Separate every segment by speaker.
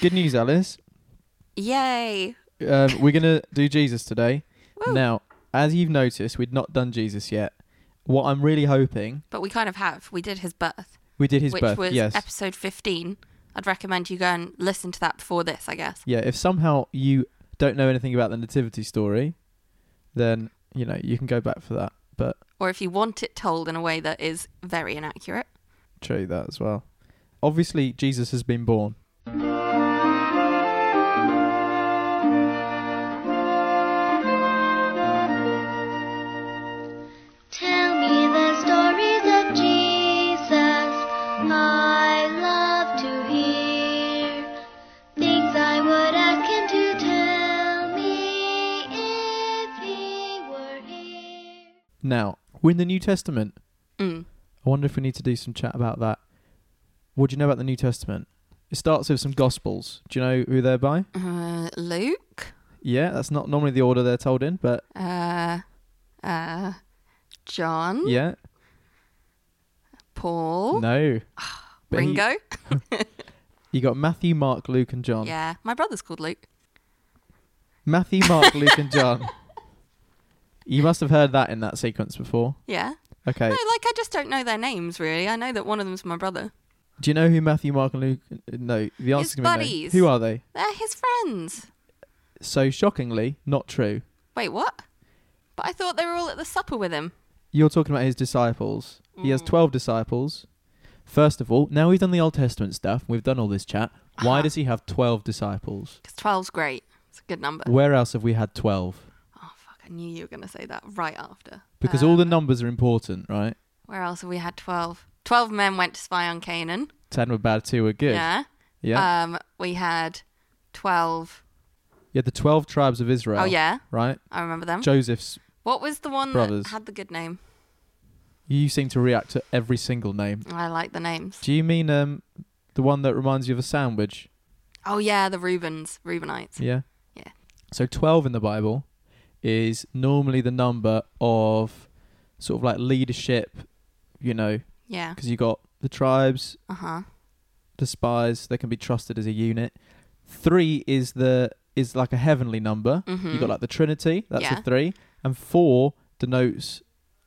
Speaker 1: Good news, Alice.
Speaker 2: Yay.
Speaker 1: Um, we're gonna do Jesus today.
Speaker 2: Woo.
Speaker 1: Now, as you've noticed, we've not done Jesus yet. What I'm really hoping
Speaker 2: But we kind of have. We did his birth,
Speaker 1: we did his
Speaker 2: which
Speaker 1: birth.
Speaker 2: was
Speaker 1: yes.
Speaker 2: episode 15. I'd recommend you go and listen to that before this, I guess.
Speaker 1: yeah. If somehow you don't know anything about the nativity story, then you know you can go back for that. But
Speaker 2: Or if you want it told in a way that is very inaccurate.
Speaker 1: true that as well. Obviously, Jesus has been born.
Speaker 3: Tell me the stories of Jesus. I love to hear things I would ask him to tell me if he were here.
Speaker 1: Now we're in the New Testament.
Speaker 2: Mm.
Speaker 1: I wonder if we need to do some chat about that. What do you know about the New Testament? It starts with some Gospels. Do you know who they're by?
Speaker 2: Uh, Luke?
Speaker 1: Yeah, that's not normally the order they're told in, but
Speaker 2: Uh, uh, John?
Speaker 1: yeah,
Speaker 2: Paul?
Speaker 1: no. But he-
Speaker 2: Ringo?
Speaker 1: You got Matthew, Mark, Luke, and John.
Speaker 2: Yeah. My brother's called Luke.
Speaker 1: Matthew, Mark, Luke, and John. You must have heard that in that sequence before.
Speaker 2: Yeah.
Speaker 1: Okay.
Speaker 2: No, like I just don't know their names really. I know that one of them's my brother.
Speaker 1: Do you know who Matthew, Mark, and Luke? No, the answer's gonna be no.
Speaker 2: buddies.
Speaker 1: Who are they?
Speaker 2: They're his friends.
Speaker 1: So shockingly, not true.
Speaker 2: Wait, what? But I thought they were all at the supper with him.
Speaker 1: You're talking about his disciples. He
Speaker 2: Mm.
Speaker 1: has 12 disciples. First of all, now we've done the Old Testament stuff, we've done all this chat.
Speaker 2: Uh-huh.
Speaker 1: Why does he have 12 disciples?
Speaker 2: Because 12's great. It's a good number.
Speaker 1: Where else have we had 12?
Speaker 2: Oh, fuck. I knew you were going to say that right after.
Speaker 1: Because all
Speaker 2: Um,
Speaker 1: the numbers are important, right?
Speaker 2: Where else have we had 12? 12 men went to spy on Canaan.
Speaker 1: 10 were bad, 2 were good.
Speaker 2: Yeah.
Speaker 1: Yeah.
Speaker 2: Um, we had 12.
Speaker 1: you had the 12 tribes of Israel.
Speaker 2: Oh, yeah. Mm.
Speaker 1: Right?
Speaker 2: I remember them.
Speaker 1: Joseph's.
Speaker 2: what was the one
Speaker 1: Brothers.
Speaker 2: that had the good name?
Speaker 1: You seem to react to every single name.
Speaker 2: I like the names.
Speaker 1: Do you mean um, the one that reminds you of a sandwich?
Speaker 2: Oh, yeah. The Reubens. Reubenites.
Speaker 1: Yeah.
Speaker 2: Yeah.
Speaker 1: So 12 in the Bible is normally the number of sort of like leadership, you know,
Speaker 2: Yeah.
Speaker 1: because you got the tribes,
Speaker 2: Uh huh.
Speaker 1: the spies, they can be trusted as a unit. 3 is the is like a heavenly number. You
Speaker 2: Mhm.
Speaker 1: got like the Trinity, that's
Speaker 2: Yeah.
Speaker 1: a 3, and 4 denotes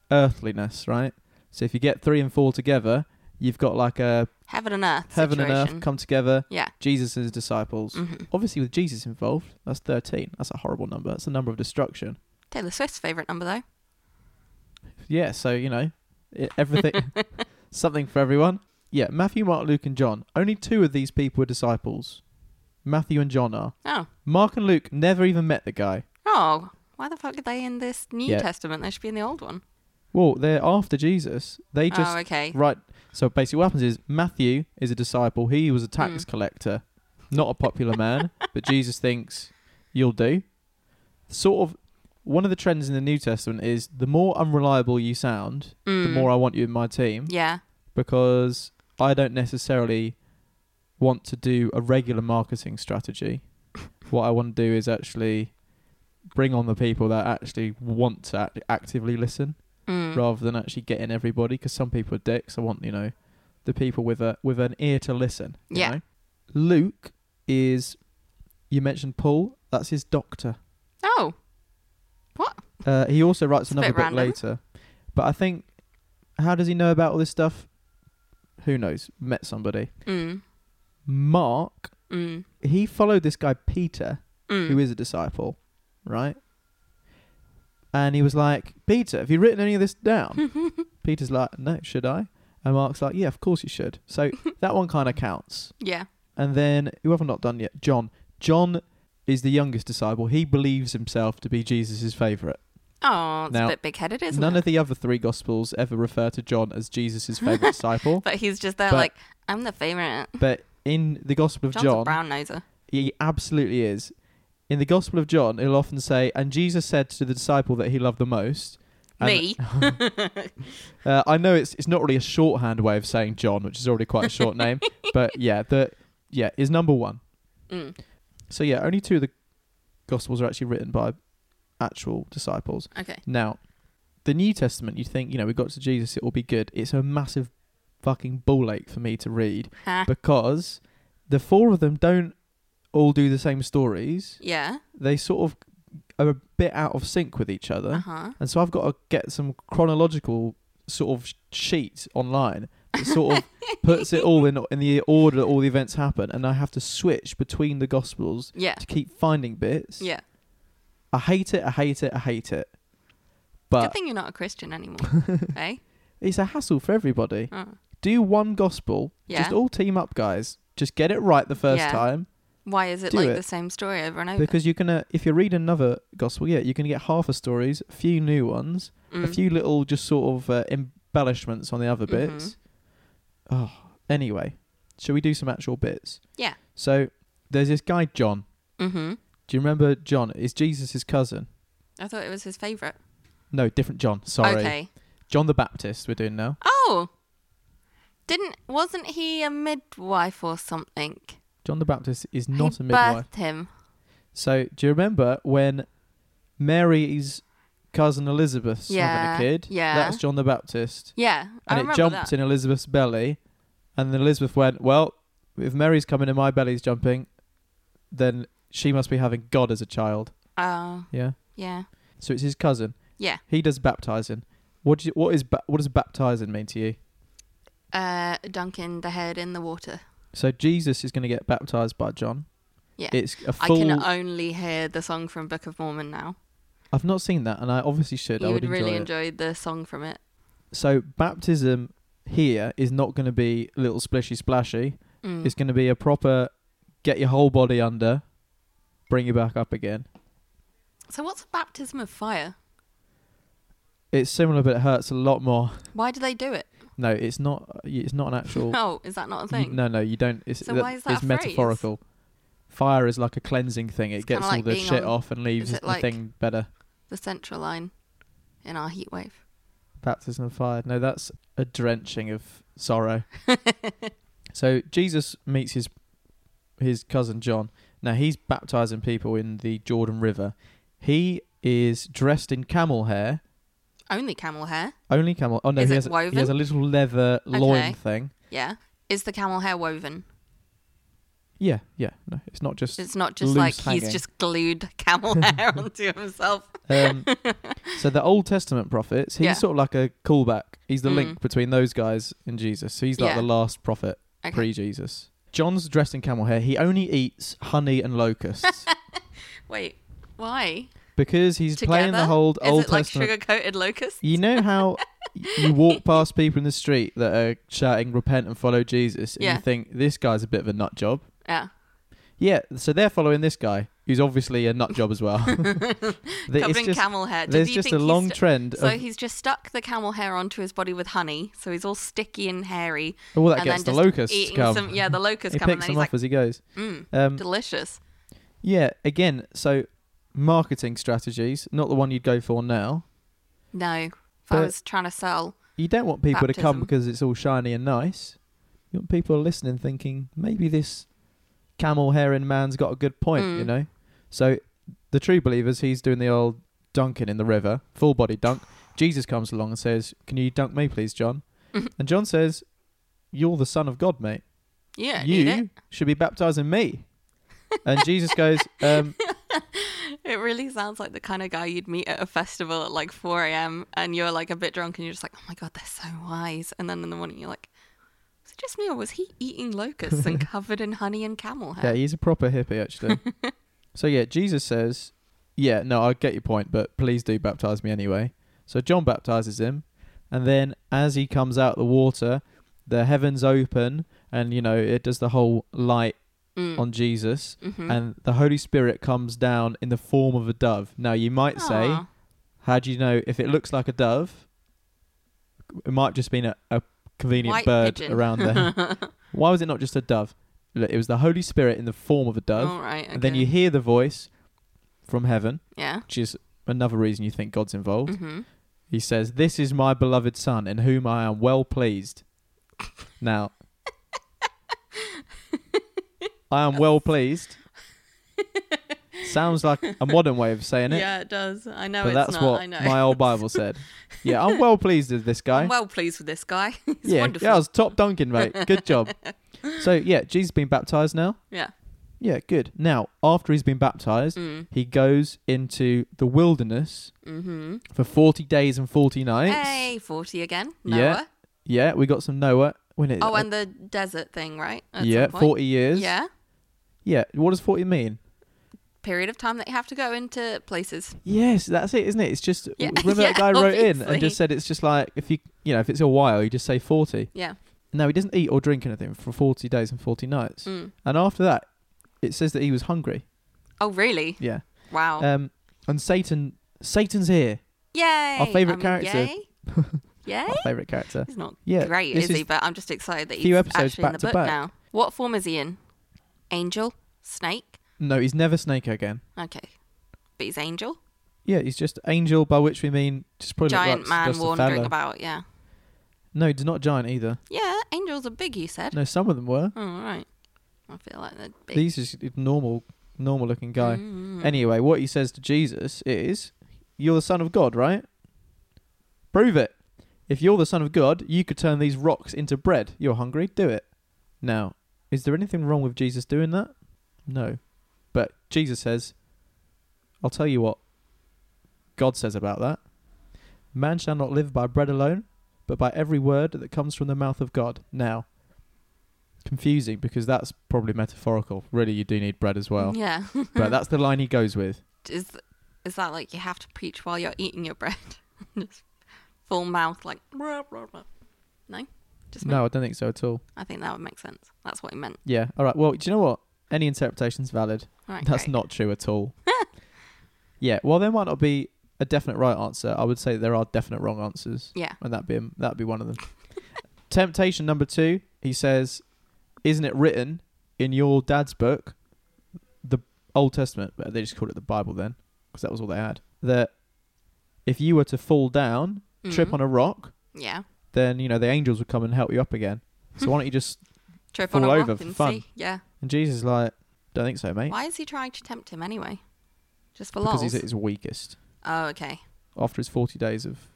Speaker 1: earthliness, right? So if you get 3 and 4 together, you've got like a
Speaker 2: Heaven and earth.
Speaker 1: heaven and
Speaker 2: situation. Mm-hmm.
Speaker 1: earth come together.
Speaker 2: Yeah. Mm.
Speaker 1: Jesus and his disciples. Obviously, with Jesus involved, that's 13. That's a horrible number. That's a number of destruction.
Speaker 2: Taylor Swift's favourite number, though.
Speaker 1: Yeah, so, you know, i everything, something for everyone. Yeah, Matthew, Mark, Luke, and John. Only two of these people were disciples. Matthew and John are.
Speaker 2: Oh.
Speaker 1: Mark and Luke never even met the guy.
Speaker 2: Oh. Why the fuck are they in this New
Speaker 1: Yeah.
Speaker 2: Testament? They should be in the old one.
Speaker 1: Well, they're after Jesus. They just.
Speaker 2: oh, okay.
Speaker 1: Right. So basically, what happens is Matthew is a disciple. He was a tax collector, not a popular man, but Jesus thinks you'll do. Sort of one of the trends in the New Testament is the more unreliable you sound, the
Speaker 2: Mm.
Speaker 1: more I want you in my team
Speaker 2: Yeah.
Speaker 1: because I don't necessarily want to do a regular marketing strategy. what I want to do is actually bring on the people that actually want to act- actively listen
Speaker 2: Mm.
Speaker 1: rather than actually getting everybody because some people are dicks. I want you know the people with a with an ear to listen. you
Speaker 2: Yeah.
Speaker 1: know? Luke is you mentioned Paul. That's his doctor.
Speaker 2: Oh.
Speaker 1: Uh, he also writes
Speaker 2: It's a
Speaker 1: another
Speaker 2: bit
Speaker 1: book
Speaker 2: random.
Speaker 1: later, but I think how does he know about all this stuff? Who knows? Met somebody.
Speaker 2: Mm.
Speaker 1: Mark.
Speaker 2: Mm.
Speaker 1: He followed this guy Peter,
Speaker 2: Mm.
Speaker 1: who is a disciple, right? And he was like, Peter, have you written any of this down? Peter's like, no, should I? And Mark's like, yeah, of course you should. So that one kind of counts.
Speaker 2: yeah.
Speaker 1: And then, who have I not done yet? John. John is the youngest disciple. He believes himself to be Jesus' favourite.
Speaker 2: Oh, it's
Speaker 1: Now,
Speaker 2: a bit big headed, isn't
Speaker 1: None
Speaker 2: it?
Speaker 1: of the other three Gospels ever refer to John as Jesus' favourite disciple.
Speaker 2: but he's just there
Speaker 1: but-
Speaker 2: like, I'm the favourite.
Speaker 1: But in the Gospel of
Speaker 2: John's a
Speaker 1: John,
Speaker 2: brown noser.
Speaker 1: he absolutely is. In the Gospel of John, he'll often say, and Jesus said to the disciple that he loved the most. and-
Speaker 2: Me.
Speaker 1: Uh, I know it's it's not really a shorthand way of saying John, which is already quite a short name, but yeah, the yeah is number one.
Speaker 2: Mm.
Speaker 1: So yeah, only two of the Gospels are actually written by actual disciples.
Speaker 2: Okay.
Speaker 1: Now, the New Testament, you think you know we got to Jesus, it will be good. It's a massive fucking ball ache for me to read
Speaker 2: Ha.
Speaker 1: because the four of them don't all do the same stories,
Speaker 2: Yeah.
Speaker 1: they sort of are a bit out of sync with each other.
Speaker 2: Uh huh.
Speaker 1: And so I've got to get some chronological sort of sh- sheet online that sort of puts it all in in the order that all the events happen, and I have to switch between the gospels
Speaker 2: Yeah.
Speaker 1: to keep finding bits.
Speaker 2: Yeah.
Speaker 1: I hate it. I hate it. I hate it.
Speaker 2: Good
Speaker 1: But
Speaker 2: thing you're not a Christian anymore. eh? hey.
Speaker 1: it's a hassle for everybody.
Speaker 2: Oh.
Speaker 1: Do one gospel. Just
Speaker 2: Yeah.
Speaker 1: all team up, guys. Just get it right the first
Speaker 2: Yeah.
Speaker 1: time
Speaker 2: Why is it
Speaker 1: Do
Speaker 2: like
Speaker 1: it.
Speaker 2: the same story over and over?
Speaker 1: because you're gonna. If you read another gospel, yeah, you're gonna get half a stories, a few new ones, a
Speaker 2: Mm.
Speaker 1: few little just sort of uh, embellishments on the other
Speaker 2: Mm-hmm.
Speaker 1: bits. Oh, anyway, shall we do some actual bits?
Speaker 2: Yeah.
Speaker 1: So there's this guy John.
Speaker 2: Mm-hmm.
Speaker 1: Do you remember John? Is Jesus' cousin?
Speaker 2: I thought it was his favorite.
Speaker 1: No, different John. Sorry,
Speaker 2: Okay.
Speaker 1: John the Baptist. We're doing now.
Speaker 2: Oh. Didn't wasn't he a midwife or something?
Speaker 1: John the Baptist is not
Speaker 2: Who
Speaker 1: a midwife.
Speaker 2: Birthed him.
Speaker 1: So do you remember when Mary's cousin Elizabeth's
Speaker 2: Yeah,
Speaker 1: having a kid?
Speaker 2: yeah.
Speaker 1: That's John the Baptist.
Speaker 2: Yeah, I
Speaker 1: and
Speaker 2: remember
Speaker 1: it jumped
Speaker 2: that.
Speaker 1: in Elizabeth's belly, and then Elizabeth went, "Well, if Mary's coming and my belly's jumping, then she must be having God as a child."
Speaker 2: Oh,
Speaker 1: Yeah.
Speaker 2: yeah,
Speaker 1: So it's his cousin.
Speaker 2: yeah.
Speaker 1: He does baptizing. What do you, what is ba- what does baptizing mean to you?
Speaker 2: Uh, dunking the head in the water.
Speaker 1: So Jesus is going to get baptized by John.
Speaker 2: Yeah.
Speaker 1: It's a
Speaker 2: I
Speaker 1: full.
Speaker 2: can uh, only hear the song from Book of Mormon now.
Speaker 1: I've not seen that, and I obviously should. I
Speaker 2: you
Speaker 1: would
Speaker 2: would really
Speaker 1: it.
Speaker 2: enjoy the song from it.
Speaker 1: So baptism here is not going to be little splishy splashy.
Speaker 2: Mm.
Speaker 1: It's going to be a proper get your whole body under, bring you back up again.
Speaker 2: So what's a baptism of fire?
Speaker 1: It's similar, but it hurts a lot more.
Speaker 2: Why do they do it?
Speaker 1: No, it's not. It's not an actual.
Speaker 2: Oh, is that not a
Speaker 1: you-
Speaker 2: thing?
Speaker 1: no, no, you don't. It's,
Speaker 2: So
Speaker 1: that-
Speaker 2: why is that
Speaker 1: it's
Speaker 2: a phrase?
Speaker 1: metaphorical. Fire is like a cleansing thing. It
Speaker 2: It's kinda
Speaker 1: gets all
Speaker 2: like
Speaker 1: the
Speaker 2: being
Speaker 1: shit
Speaker 2: on-
Speaker 1: off and leaves
Speaker 2: is it
Speaker 1: the
Speaker 2: like-
Speaker 1: thing better.
Speaker 2: The central line in our heat wave.
Speaker 1: Baptism of fire. No, that's a drenching of sorrow. so Jesus meets his his cousin John. Now he's baptizing people in the Jordan River. He is dressed in camel hair,
Speaker 2: Only camel hair.
Speaker 1: only camel. Oh no,
Speaker 2: Is
Speaker 1: he
Speaker 2: it
Speaker 1: has a, he
Speaker 2: woven?
Speaker 1: has a little leather
Speaker 2: Okay.
Speaker 1: loin thing.
Speaker 2: Yeah. Is the camel hair woven?
Speaker 1: Yeah, yeah. No, it's not just.
Speaker 2: It's not just
Speaker 1: Loose
Speaker 2: like
Speaker 1: hanging.
Speaker 2: he's just glued camel hair onto himself.
Speaker 1: Um, so the Old Testament prophets, he's
Speaker 2: Yeah.
Speaker 1: sort of like a callback. He's the
Speaker 2: Mm.
Speaker 1: link between those guys and Jesus. So he's like
Speaker 2: Yeah.
Speaker 1: the last prophet
Speaker 2: Okay.
Speaker 1: pre-Jesus. John's dressed in camel hair. He only eats honey and locusts
Speaker 2: Wait, why?
Speaker 1: because he's playing the
Speaker 2: Together?
Speaker 1: whole
Speaker 2: Is
Speaker 1: Old
Speaker 2: it like
Speaker 1: Testament.
Speaker 2: sugar coated locusts?
Speaker 1: You know how you walk past people in the street that are shouting "Repent and follow Jesus," and
Speaker 2: Yeah.
Speaker 1: you think this guy's a bit of a nut job.
Speaker 2: Yeah.
Speaker 1: Yeah, so they're following this guy who's obviously a nut job as well. That
Speaker 2: Covered
Speaker 1: it's
Speaker 2: in
Speaker 1: just-
Speaker 2: camel hair. Did
Speaker 1: There's
Speaker 2: Uh, you
Speaker 1: just
Speaker 2: think
Speaker 1: a
Speaker 2: he
Speaker 1: long
Speaker 2: stu-
Speaker 1: trend
Speaker 2: So
Speaker 1: of
Speaker 2: he's just stuck the camel hair onto his body with honey, so he's all sticky and hairy.
Speaker 1: oh, that
Speaker 2: and
Speaker 1: gets the
Speaker 2: then just
Speaker 1: locusts
Speaker 2: eating
Speaker 1: come.
Speaker 2: Some, yeah, the locusts
Speaker 1: he
Speaker 2: come, and
Speaker 1: picks
Speaker 2: then
Speaker 1: them
Speaker 2: he's
Speaker 1: off
Speaker 2: like,
Speaker 1: as he goes.
Speaker 2: mm,
Speaker 1: Um,
Speaker 2: delicious.
Speaker 1: yeah, again, so marketing strategies, not the one you'd go for now.
Speaker 2: No, if I
Speaker 1: but-
Speaker 2: was trying to sell,
Speaker 1: You don't want people to come
Speaker 2: Baptism.
Speaker 1: because it's all shiny and nice. You want people listening thinking maybe this camel hairing man's got a good point, you
Speaker 2: Mm.
Speaker 1: know. So the true believers, he's doing the old dunking in the river, full body dunk. Jesus comes along and says, "Can you dunk me, please, John?" and John says, "You're the son of God, mate.
Speaker 2: yeah, need it.
Speaker 1: you should be baptizing me." and Jesus goes, um,
Speaker 2: It really sounds like the kind of guy you'd meet at a festival at like 4 a.m. and you're like a bit drunk and you're just like, oh my God, they're so wise. And then in the morning you're like, was it just me or was he eating locusts and covered in honey and camel
Speaker 1: Yeah,
Speaker 2: hair?
Speaker 1: he's a proper hippie, actually. so yeah, Jesus says, "Yeah, no, I get your point, but please do baptize me anyway." So John baptizes him, and then as he comes out of the water, the heavens open, and you know it does the whole light
Speaker 2: Mm.
Speaker 1: on Jesus,
Speaker 2: Mhm.
Speaker 1: and the Holy Spirit comes down in the form of a dove. Now you might say,
Speaker 2: Aw.
Speaker 1: "How do you know if it looks like a dove? It might have just been a, a convenient
Speaker 2: White
Speaker 1: bird
Speaker 2: pigeon.
Speaker 1: around there. Why was it not just a dove?" Look, It was the Holy Spirit in the form of a dove.
Speaker 2: All right. Oh, Okay.
Speaker 1: And then you hear the voice from heaven,
Speaker 2: yeah.
Speaker 1: which is another reason you think God's involved.
Speaker 2: hmm
Speaker 1: He says, This is my beloved Son, in whom I am well pleased. Now, I am well pleased. Sounds like a modern way of saying it,
Speaker 2: Yeah, it does. I know
Speaker 1: but
Speaker 2: Oh, it's
Speaker 1: that's
Speaker 2: not. I
Speaker 1: what
Speaker 2: know.
Speaker 1: my old Bible said. Yeah, I'm well pleased with this guy.
Speaker 2: I'm well pleased with this guy. He's
Speaker 1: yeah,
Speaker 2: wonderful.
Speaker 1: yeah, I was top dunking, mate. Good job. So, yeah, Jesus has been baptized now.
Speaker 2: yeah.
Speaker 1: Yeah, good. Now, after he's been baptized,
Speaker 2: Mm.
Speaker 1: he goes into the wilderness
Speaker 2: Mm-hmm.
Speaker 1: for 40 days and 40 nights.
Speaker 2: Hey, 40 again. Noah.
Speaker 1: Yeah. Yeah, we got some Noah. When it,
Speaker 2: Oh, and the desert thing, right? At some
Speaker 1: yeah,
Speaker 2: point.
Speaker 1: 40 years.
Speaker 2: Yeah.
Speaker 1: Yeah, what does 40 mean?
Speaker 2: Period of time that you have to go into places.
Speaker 1: Yes, that's it, isn't it? It's just
Speaker 2: Yeah,
Speaker 1: remember that
Speaker 2: yeah,
Speaker 1: guy wrote in and
Speaker 2: obviously.
Speaker 1: just said it's just like if you you know if it's a while you just say forty.
Speaker 2: Yeah.
Speaker 1: No, he doesn't eat or drink anything for forty days and forty nights,
Speaker 2: Mm.
Speaker 1: and after that, it says that he was hungry.
Speaker 2: Oh, really?
Speaker 1: Yeah.
Speaker 2: Wow.
Speaker 1: Um, and Satan, Satan's here.
Speaker 2: yay.
Speaker 1: favourite
Speaker 2: I mean,
Speaker 1: character.
Speaker 2: Yay. yay?
Speaker 1: Our favorite character.
Speaker 2: He's not
Speaker 1: Yeah,
Speaker 2: great,
Speaker 1: this
Speaker 2: is,
Speaker 1: is
Speaker 2: he? But I'm just excited that
Speaker 1: few
Speaker 2: he's
Speaker 1: episodes
Speaker 2: actually in
Speaker 1: back to
Speaker 2: the book
Speaker 1: back.
Speaker 2: now. What form is he in? Angel? Snake?
Speaker 1: No, he's never Snake again.
Speaker 2: Okay. But he's angel?
Speaker 1: Yeah, he's just angel, by which we mean just probably look
Speaker 2: Giant
Speaker 1: like
Speaker 2: man
Speaker 1: just a
Speaker 2: wandering
Speaker 1: fella.
Speaker 2: about, yeah.
Speaker 1: No, he's not giant either.
Speaker 2: Yeah, angels are big, you said.
Speaker 1: No, some of them were.
Speaker 2: Oh, all right. I feel like they're big.
Speaker 1: He's just a normal, normal looking guy.
Speaker 2: Mm.
Speaker 1: Anyway, what he says to Jesus is, You're the Son of God, right? Prove it. If you're the Son of God, you could turn these rocks into bread. You're hungry, do it. Now, is there anything wrong with Jesus doing that? No. But Jesus says, I'll tell you what God says about that. Man shall not live by bread alone, but by every word that comes from the mouth of God. Now, confusing because that's probably metaphorical. Really, you do need bread as well
Speaker 2: Yeah.
Speaker 1: but that's the line he goes with.
Speaker 2: is is that like you have to preach while you're eating your bread? Just full mouth, like "Rah, rah, rah." no, just me?
Speaker 1: No, I don't think so at all.
Speaker 2: I think that would make sense. That's what he meant.
Speaker 1: Yeah. All right. Well, do you know what? Any interpretation's valid.
Speaker 2: All right,
Speaker 1: That's
Speaker 2: great.
Speaker 1: not true at all. yeah. Well, there might not be a definite right answer. I would say there are definite wrong answers,
Speaker 2: Yeah.
Speaker 1: and that be that be one of them. Temptation number two. He says, "Isn't it written in your dad's book, the Old Testament? But They just called it the Bible then, because that was all they had. That if you were to fall down, trip
Speaker 2: Mhm.
Speaker 1: on a rock,
Speaker 2: Yeah.
Speaker 1: then you know the angels would come and help you up again. So why don't you just
Speaker 2: Trip
Speaker 1: Fall
Speaker 2: on a
Speaker 1: over
Speaker 2: rock
Speaker 1: for
Speaker 2: and
Speaker 1: fun.
Speaker 2: see. Yeah.
Speaker 1: And Jesus is like, don't think so, mate.
Speaker 2: Why is he trying to tempt him anyway? Just for
Speaker 1: Because
Speaker 2: lols.
Speaker 1: he's at his weakest
Speaker 2: oh, okay.
Speaker 1: after his 40 days of.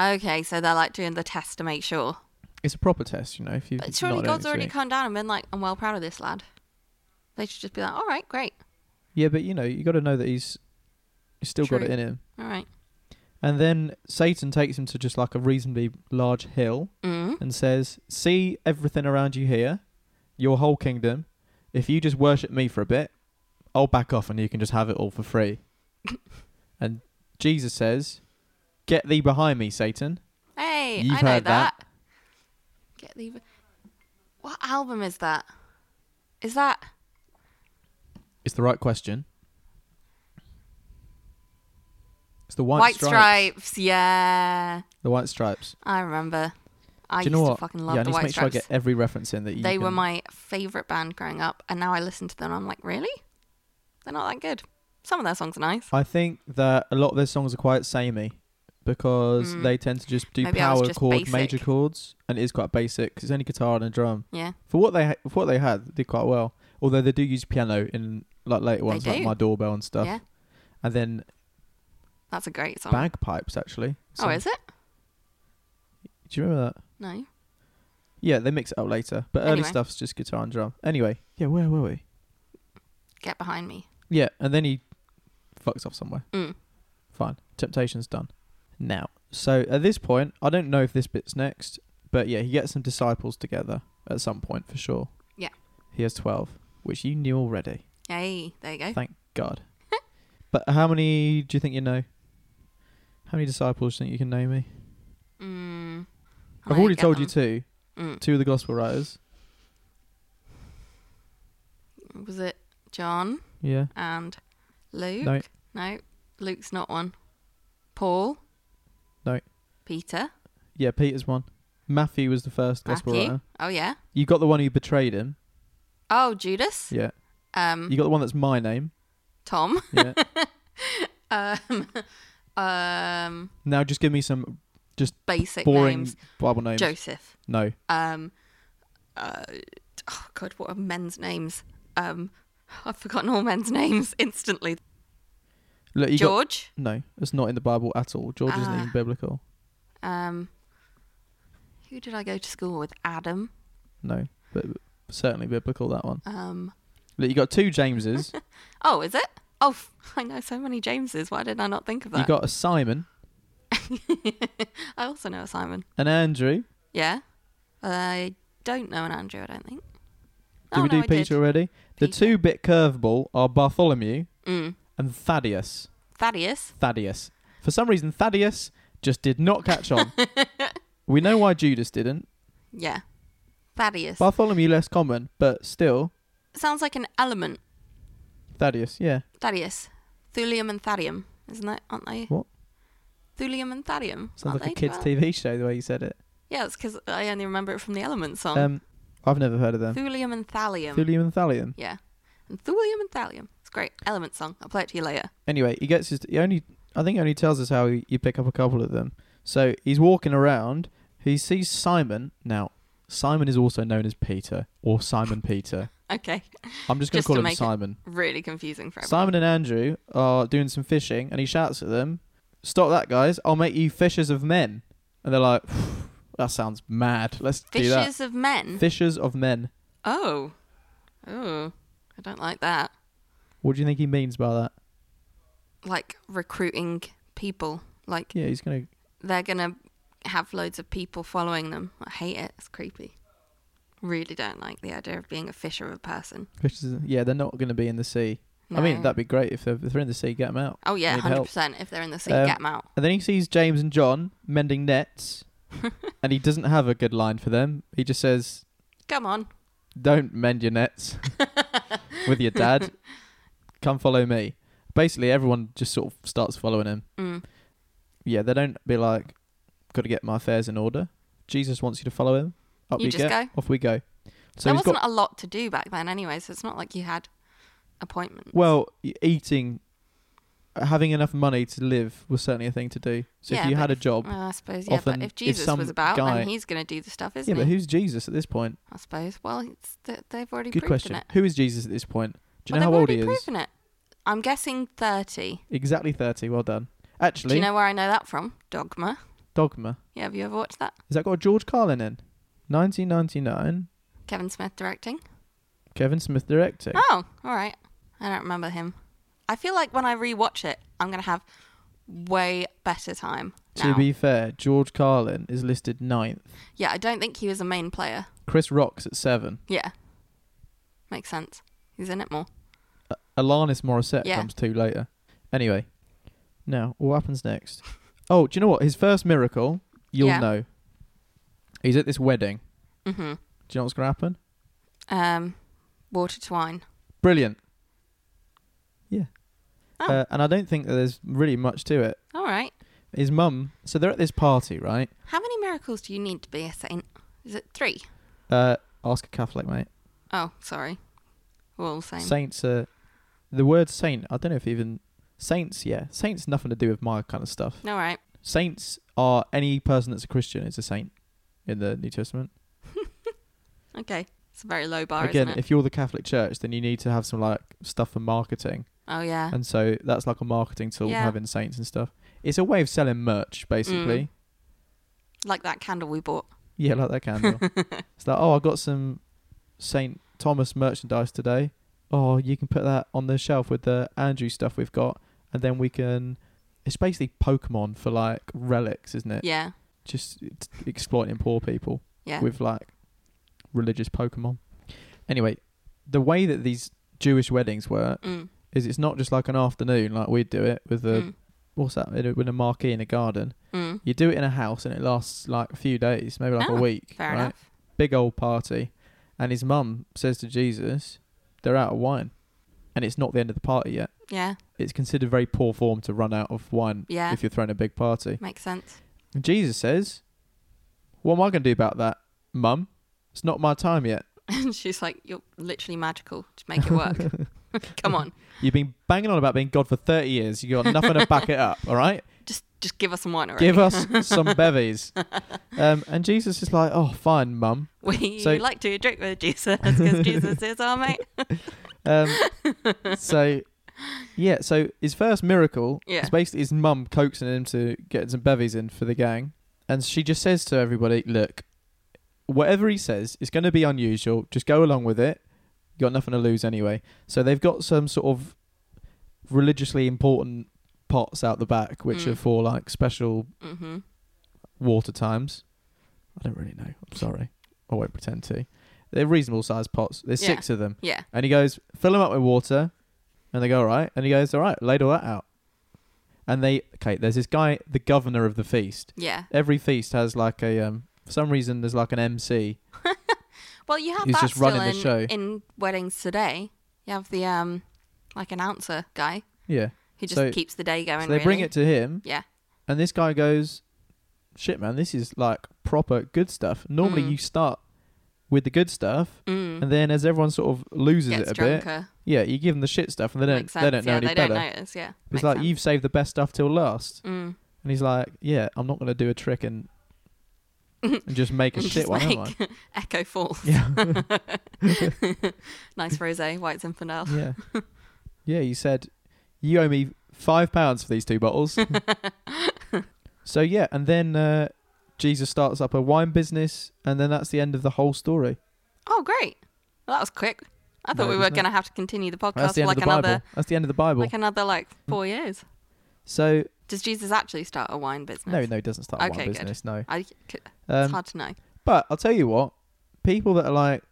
Speaker 2: Okay, so they're like doing the test to make sure.
Speaker 1: It's a proper test, you know. If you
Speaker 2: But surely God's already come down and been like, I'm well proud of this lad. They should just be like, all right, great.
Speaker 1: Yeah, but you know, you got to know that he's he's still got it
Speaker 2: True.
Speaker 1: in him.
Speaker 2: All right.
Speaker 1: And then Satan takes him to just like a reasonably large hill
Speaker 2: Mm.
Speaker 1: and says, "See everything around you here, your whole kingdom. If you just worship me for a bit, I'll back off, and you can just have it all for free." and Jesus says, "Get thee behind me, Satan."
Speaker 2: Hey,
Speaker 1: You've
Speaker 2: I know
Speaker 1: heard that.
Speaker 2: that. Get the. What album is that? Is that
Speaker 1: It's the right question. It's the white,
Speaker 2: White
Speaker 1: stripes.
Speaker 2: Stripes? Yeah,
Speaker 1: The white stripes.
Speaker 2: I remember. I
Speaker 1: Do you
Speaker 2: used
Speaker 1: know
Speaker 2: to
Speaker 1: what?
Speaker 2: fucking
Speaker 1: yeah,
Speaker 2: love
Speaker 1: I
Speaker 2: the
Speaker 1: need to
Speaker 2: White
Speaker 1: make sure I
Speaker 2: Stripes.
Speaker 1: get every reference in that you
Speaker 2: they were
Speaker 1: can-
Speaker 2: my favorite band growing up, and now I listen to them. and I'm like, really? They're not that good. Some of their songs are nice.
Speaker 1: I think that a lot of their songs are quite samey because
Speaker 2: Mm.
Speaker 1: they tend to just do
Speaker 2: Maybe I was
Speaker 1: power
Speaker 2: just
Speaker 1: chord,
Speaker 2: basic.
Speaker 1: major chords, and it is quite basic. 'cause it's only guitar and a drum.
Speaker 2: Yeah,
Speaker 1: For what they ha- for what they had, they did quite well. Although they do use piano in like later ones, like
Speaker 2: do.
Speaker 1: my doorbell and stuff.
Speaker 2: yeah,
Speaker 1: And then
Speaker 2: that's a great song.
Speaker 1: bagpipes actually.
Speaker 2: oh,
Speaker 1: Some-
Speaker 2: is it?
Speaker 1: Do you remember that?
Speaker 2: No.
Speaker 1: Yeah, they mix it up later, but early
Speaker 2: Anyway.
Speaker 1: stuff's just guitar and drum. Anyway, yeah, where were we?
Speaker 2: Get behind me.
Speaker 1: Yeah, and then he fucks off somewhere.
Speaker 2: Mm.
Speaker 1: Fine. Temptation's done. Now, so at this point, I don't know if this bit's next, but yeah, he gets some disciples together at some point for sure.
Speaker 2: Yeah.
Speaker 1: He has 12, which you knew already.
Speaker 2: Hey, there you go.
Speaker 1: Thank God. but how many do you think you know? How many disciples do you think you can name me?
Speaker 2: Mm,
Speaker 1: I've already told you two.
Speaker 2: Mm.
Speaker 1: Two of the gospel writers.
Speaker 2: too. Mm. Was it John?
Speaker 1: Yeah.
Speaker 2: and Luke.
Speaker 1: No.
Speaker 2: No, Luke's not one. Paul.
Speaker 1: No.
Speaker 2: Peter.
Speaker 1: Yeah, Peter's one. Matthew was the first gospel
Speaker 2: Matthew.
Speaker 1: writer.
Speaker 2: Oh yeah.
Speaker 1: You got the one who betrayed him.
Speaker 2: Oh Judas.
Speaker 1: Yeah.
Speaker 2: Um,
Speaker 1: You got the one that's my name.
Speaker 2: Tom.
Speaker 1: Yeah.
Speaker 2: Um, um,
Speaker 1: now just give me some just
Speaker 2: basic
Speaker 1: boring
Speaker 2: names.
Speaker 1: Bible names.
Speaker 2: Joseph.
Speaker 1: No.
Speaker 2: Um, uh, oh God, what are men's names? Um, I've forgotten all men's names instantly.
Speaker 1: Look, you got
Speaker 2: George.
Speaker 1: no. It's not in the Bible at all. George isn't
Speaker 2: Ah.
Speaker 1: even biblical.
Speaker 2: Um, who did I go to school with? Adam.
Speaker 1: No, but certainly biblical that one.
Speaker 2: Um,
Speaker 1: Look, you got two Jameses.
Speaker 2: Oh, is it? Oh, f- I know so many Jameses. Why did I not think of
Speaker 1: you
Speaker 2: that?
Speaker 1: got a Simon,
Speaker 2: I also know a Simon.
Speaker 1: an Andrew.
Speaker 2: Yeah. I don't know an Andrew, I don't think. Oh,
Speaker 1: Did we do
Speaker 2: no, I
Speaker 1: Peter already? The
Speaker 2: Peter.
Speaker 1: two bit curveball are Bartholomew
Speaker 2: Mm.
Speaker 1: and Thaddeus.
Speaker 2: Thaddeus.
Speaker 1: Thaddeus. For some reason, Thaddeus just did not catch on. we know why Judas didn't.
Speaker 2: Yeah. Thaddeus.
Speaker 1: Bartholomew less common, but still
Speaker 2: Sounds like an element.
Speaker 1: Thaddeus. Yeah.
Speaker 2: Thaddeus. Thulium and Thadium. Isn't that, aren't they?
Speaker 1: What?
Speaker 2: Thulium and Thadium.
Speaker 1: Sounds
Speaker 2: aren't
Speaker 1: like a
Speaker 2: they
Speaker 1: kids'
Speaker 2: twelve?
Speaker 1: TV show the way you said it.
Speaker 2: Yeah, it's because I only remember it from the Element song.
Speaker 1: Um, I've never heard of them.
Speaker 2: Thulium and Thallium.
Speaker 1: Thulium and Thallium.
Speaker 2: yeah. And Thulium and Thallium. It's great. Element song. I'll play it to you later.
Speaker 1: Anyway, he gets his. He only. I think he only tells us how he, you pick up a couple of them. So he's walking around. He sees Simon. Now, Simon is also known as Peter or Simon Peter.
Speaker 2: Okay.
Speaker 1: I'm just going
Speaker 2: Just
Speaker 1: to call
Speaker 2: to
Speaker 1: him
Speaker 2: make it
Speaker 1: Simon.
Speaker 2: Really confusing for everyone.
Speaker 1: Simon and Andrew are doing some fishing, and he shouts at them, "Stop that, guys! I'll make you fishers of men." And they're like, "That sounds mad. Let's do that."
Speaker 2: Fishes of men.
Speaker 1: Fishers of men.
Speaker 2: oh. Oh. I don't like that.
Speaker 1: What do you think he means by that?
Speaker 2: Like recruiting people. Like
Speaker 1: Yeah, he's gonna.
Speaker 2: they're going to have loads of people following them. I hate it. It's creepy. Really don't like the idea of being a fisher of a person.
Speaker 1: Fishers. Yeah, they're not gonna be in the sea. I mean,
Speaker 2: No.
Speaker 1: that'd be great if they're, if they're in the sea. Get them out.
Speaker 2: Oh, yeah,
Speaker 1: Need
Speaker 2: 100%.
Speaker 1: help.
Speaker 2: If they're in the sea,
Speaker 1: Um,
Speaker 2: get 'em get them out.
Speaker 1: And then he sees James and John mending nets, and he doesn't have a good line for them. He just says,
Speaker 2: Come on.
Speaker 1: "Don't mend your nets with your dad. Come follow me." Basically, everyone just sort of starts following him.
Speaker 2: Mm.
Speaker 1: Yeah, they don't be like, "Got to get my affairs in order." Jesus wants you to follow him. Up
Speaker 2: You
Speaker 1: we
Speaker 2: just
Speaker 1: get. Off we go. So
Speaker 2: there
Speaker 1: he's
Speaker 2: wasn't
Speaker 1: got
Speaker 2: a lot to do back then, anyway, so it's not like you had appointments.
Speaker 1: well y- eating. Having enough money to live was certainly a thing to do. So
Speaker 2: Yeah,
Speaker 1: if you
Speaker 2: but
Speaker 1: had a
Speaker 2: if-
Speaker 1: job,
Speaker 2: Well, I suppose, yeah,
Speaker 1: often
Speaker 2: but if
Speaker 1: if
Speaker 2: Jesus
Speaker 1: some
Speaker 2: was about,
Speaker 1: guy-
Speaker 2: then he's going to do the stuff,
Speaker 1: yeah,
Speaker 2: isn't
Speaker 1: but
Speaker 2: he?
Speaker 1: who's Jesus at this point?
Speaker 2: I suppose. Well, it's th- they've already
Speaker 1: Good
Speaker 2: proven
Speaker 1: question.
Speaker 2: it.
Speaker 1: Who is Jesus at this point? Do you know
Speaker 2: Well, they've
Speaker 1: how old he
Speaker 2: already
Speaker 1: is?
Speaker 2: proven it. I'm guessing 30.
Speaker 1: Exactly 30. Well done.
Speaker 2: Do
Speaker 1: Actually,
Speaker 2: you know where I know that from? Dogma.
Speaker 1: Dogma.
Speaker 2: Yeah, have you ever watched that?
Speaker 1: Has that got George Carlin in? 1999.
Speaker 2: Kevin Smith directing?
Speaker 1: Kevin Smith directing.
Speaker 2: Oh, all right. I don't remember him. I feel like when I rewatch it, I'm going to have way better time.
Speaker 1: to
Speaker 2: now.
Speaker 1: be fair, George Carlin is listed ninth.
Speaker 2: Yeah, I don't think he was a main player.
Speaker 1: Chris Rock's at seven.
Speaker 2: Yeah. Makes sense. He's in it more.
Speaker 1: A- Alanis Morissette
Speaker 2: Yeah.
Speaker 1: comes two later. Anyway, now what happens next? Oh, do you know what? His first miracle, you'll
Speaker 2: Yeah.
Speaker 1: know. He's at this wedding.
Speaker 2: hmm
Speaker 1: Do you know what's going to happen?
Speaker 2: Um, water to wine.
Speaker 1: Brilliant. Yeah.
Speaker 2: Oh.
Speaker 1: Uh, and I don't think that there's really much to it.
Speaker 2: All right.
Speaker 1: His mum. So they're at this party, right?
Speaker 2: How many miracles do you need to be a saint? Is it three?
Speaker 1: Uh, ask a Catholic, mate.
Speaker 2: Oh, sorry. We're all the same.
Speaker 1: Saints are the word saint. I don't know if even saints. Yeah, saints nothing to do with my kind of stuff.
Speaker 2: All right.
Speaker 1: Saints are any person that's a Christian is a saint in the New Testament.
Speaker 2: Okay. It's a very low bar,
Speaker 1: Again,
Speaker 2: isn't it?
Speaker 1: if you're the Catholic Church, then you need to have some like stuff for marketing,
Speaker 2: oh, yeah.
Speaker 1: and so that's like a marketing tool
Speaker 2: Yeah.
Speaker 1: having saints and stuff. It's a way of selling merch, basically.
Speaker 2: Like that candle we bought.
Speaker 1: Yeah, like that candle. it's like, oh, I got some Saint Thomas merchandise today. Oh, you can put that on the shelf with the Andrew stuff we've got, and then we can. It's basically Pokemon for like relics, isn't it?
Speaker 2: Yeah.
Speaker 1: Just t- exploiting poor people
Speaker 2: Yeah.
Speaker 1: with like religious Pokemon. Anyway, the way that these Jewish weddings work
Speaker 2: Mm.
Speaker 1: is it's not just like an afternoon like we do it with a
Speaker 2: mm.
Speaker 1: what's that in a- with a marquee in a garden.
Speaker 2: Mm.
Speaker 1: You do it in a house and it lasts like a few days, maybe like
Speaker 2: Oh,
Speaker 1: a week.
Speaker 2: Fair
Speaker 1: right?
Speaker 2: enough.
Speaker 1: big old party, and his mum says to Jesus, "They're out of wine," and it's not the end of the party yet.
Speaker 2: Yeah.
Speaker 1: It's considered very poor form to run out of wine
Speaker 2: Yeah.
Speaker 1: if you're throwing a big party.
Speaker 2: Makes sense.
Speaker 1: And Jesus says, "What am I going to do about that, mum? It's not my time yet.
Speaker 2: And she's like, you're literally magical. Just make it work. Come on.
Speaker 1: You've been banging on about being God for thirty years. You got nothing to back it up. All right,
Speaker 2: Just just give us some wine already.
Speaker 1: give us some bevies." Um, and Jesus is like, "Oh, fine, mum."
Speaker 2: we
Speaker 1: so-
Speaker 2: like to drink with Jesus because Jesus is our mate.
Speaker 1: Um, so, yeah, so his first miracle
Speaker 2: Yeah.
Speaker 1: is basically his mum coaxing him to get some bevies in for the gang. And she just says to everybody, look, whatever he says is going to be unusual. Just go along with it. You got nothing to lose anyway. So they've got some sort of religiously important pots out the back, which
Speaker 2: Mm.
Speaker 1: are for like special
Speaker 2: Mm-hmm.
Speaker 1: water times. I don't really know. I'm sorry. I won't pretend to. They're reasonable sized pots. There's
Speaker 2: Yeah.
Speaker 1: six of them.
Speaker 2: Yeah.
Speaker 1: And he goes, fill them up with water. And they go, all right. And he goes, all right, laid all that out. And they, okay, there's this guy, the governor of the feast.
Speaker 2: Yeah.
Speaker 1: Every feast has like a, um, for some reason, there's like an MC.
Speaker 2: Well, you have
Speaker 1: He's
Speaker 2: that
Speaker 1: just
Speaker 2: still
Speaker 1: running the
Speaker 2: in,
Speaker 1: show.
Speaker 2: in weddings today. You have the um, like announcer guy
Speaker 1: Yeah.
Speaker 2: who just
Speaker 1: So-
Speaker 2: keeps the day going.
Speaker 1: So they bring
Speaker 2: Oh, really.
Speaker 1: it to him.
Speaker 2: Yeah.
Speaker 1: And this guy goes, shit, man, this is like proper good stuff. Normally
Speaker 2: Mm.
Speaker 1: you start with the good stuff.
Speaker 2: Mm.
Speaker 1: And then as everyone sort of loses it
Speaker 2: Gets
Speaker 1: a bit,
Speaker 2: drunker.
Speaker 1: yeah, you give them the shit stuff and they don't,
Speaker 2: Makes sense.
Speaker 1: they don't know
Speaker 2: yeah,
Speaker 1: any
Speaker 2: they
Speaker 1: better.
Speaker 2: don't notice. Yeah.
Speaker 1: It's
Speaker 2: Makes
Speaker 1: like,
Speaker 2: sense.
Speaker 1: you've saved the best stuff till last.
Speaker 2: Mm.
Speaker 1: And he's like, "Yeah, I'm not going to do a trick and and just make a
Speaker 2: And
Speaker 1: shit
Speaker 2: just
Speaker 1: one, am I?"
Speaker 2: make Echo Falls.
Speaker 1: Yeah,
Speaker 2: nice rosé, White Zinfandel.
Speaker 1: yeah, yeah. You said you owe me five pounds for these two bottles. so yeah, and then uh, Jesus starts up a wine business, and then that's the end of the whole story.
Speaker 2: Oh, great! Well, that was quick. I thought
Speaker 1: No,
Speaker 2: we were
Speaker 1: wasn't it?
Speaker 2: going to have to continue the
Speaker 1: That's
Speaker 2: podcast
Speaker 1: the
Speaker 2: for
Speaker 1: end
Speaker 2: like
Speaker 1: of the Bible.
Speaker 2: another,
Speaker 1: That's the end of the Bible. Mm.
Speaker 2: like another like four years.
Speaker 1: so
Speaker 2: Does Jesus actually start a wine business?
Speaker 1: no, no, he doesn't start a
Speaker 2: Okay,
Speaker 1: wine
Speaker 2: good.
Speaker 1: business. No,
Speaker 2: I, c- it's
Speaker 1: um,
Speaker 2: hard to know.
Speaker 1: But I'll tell you what, people that are like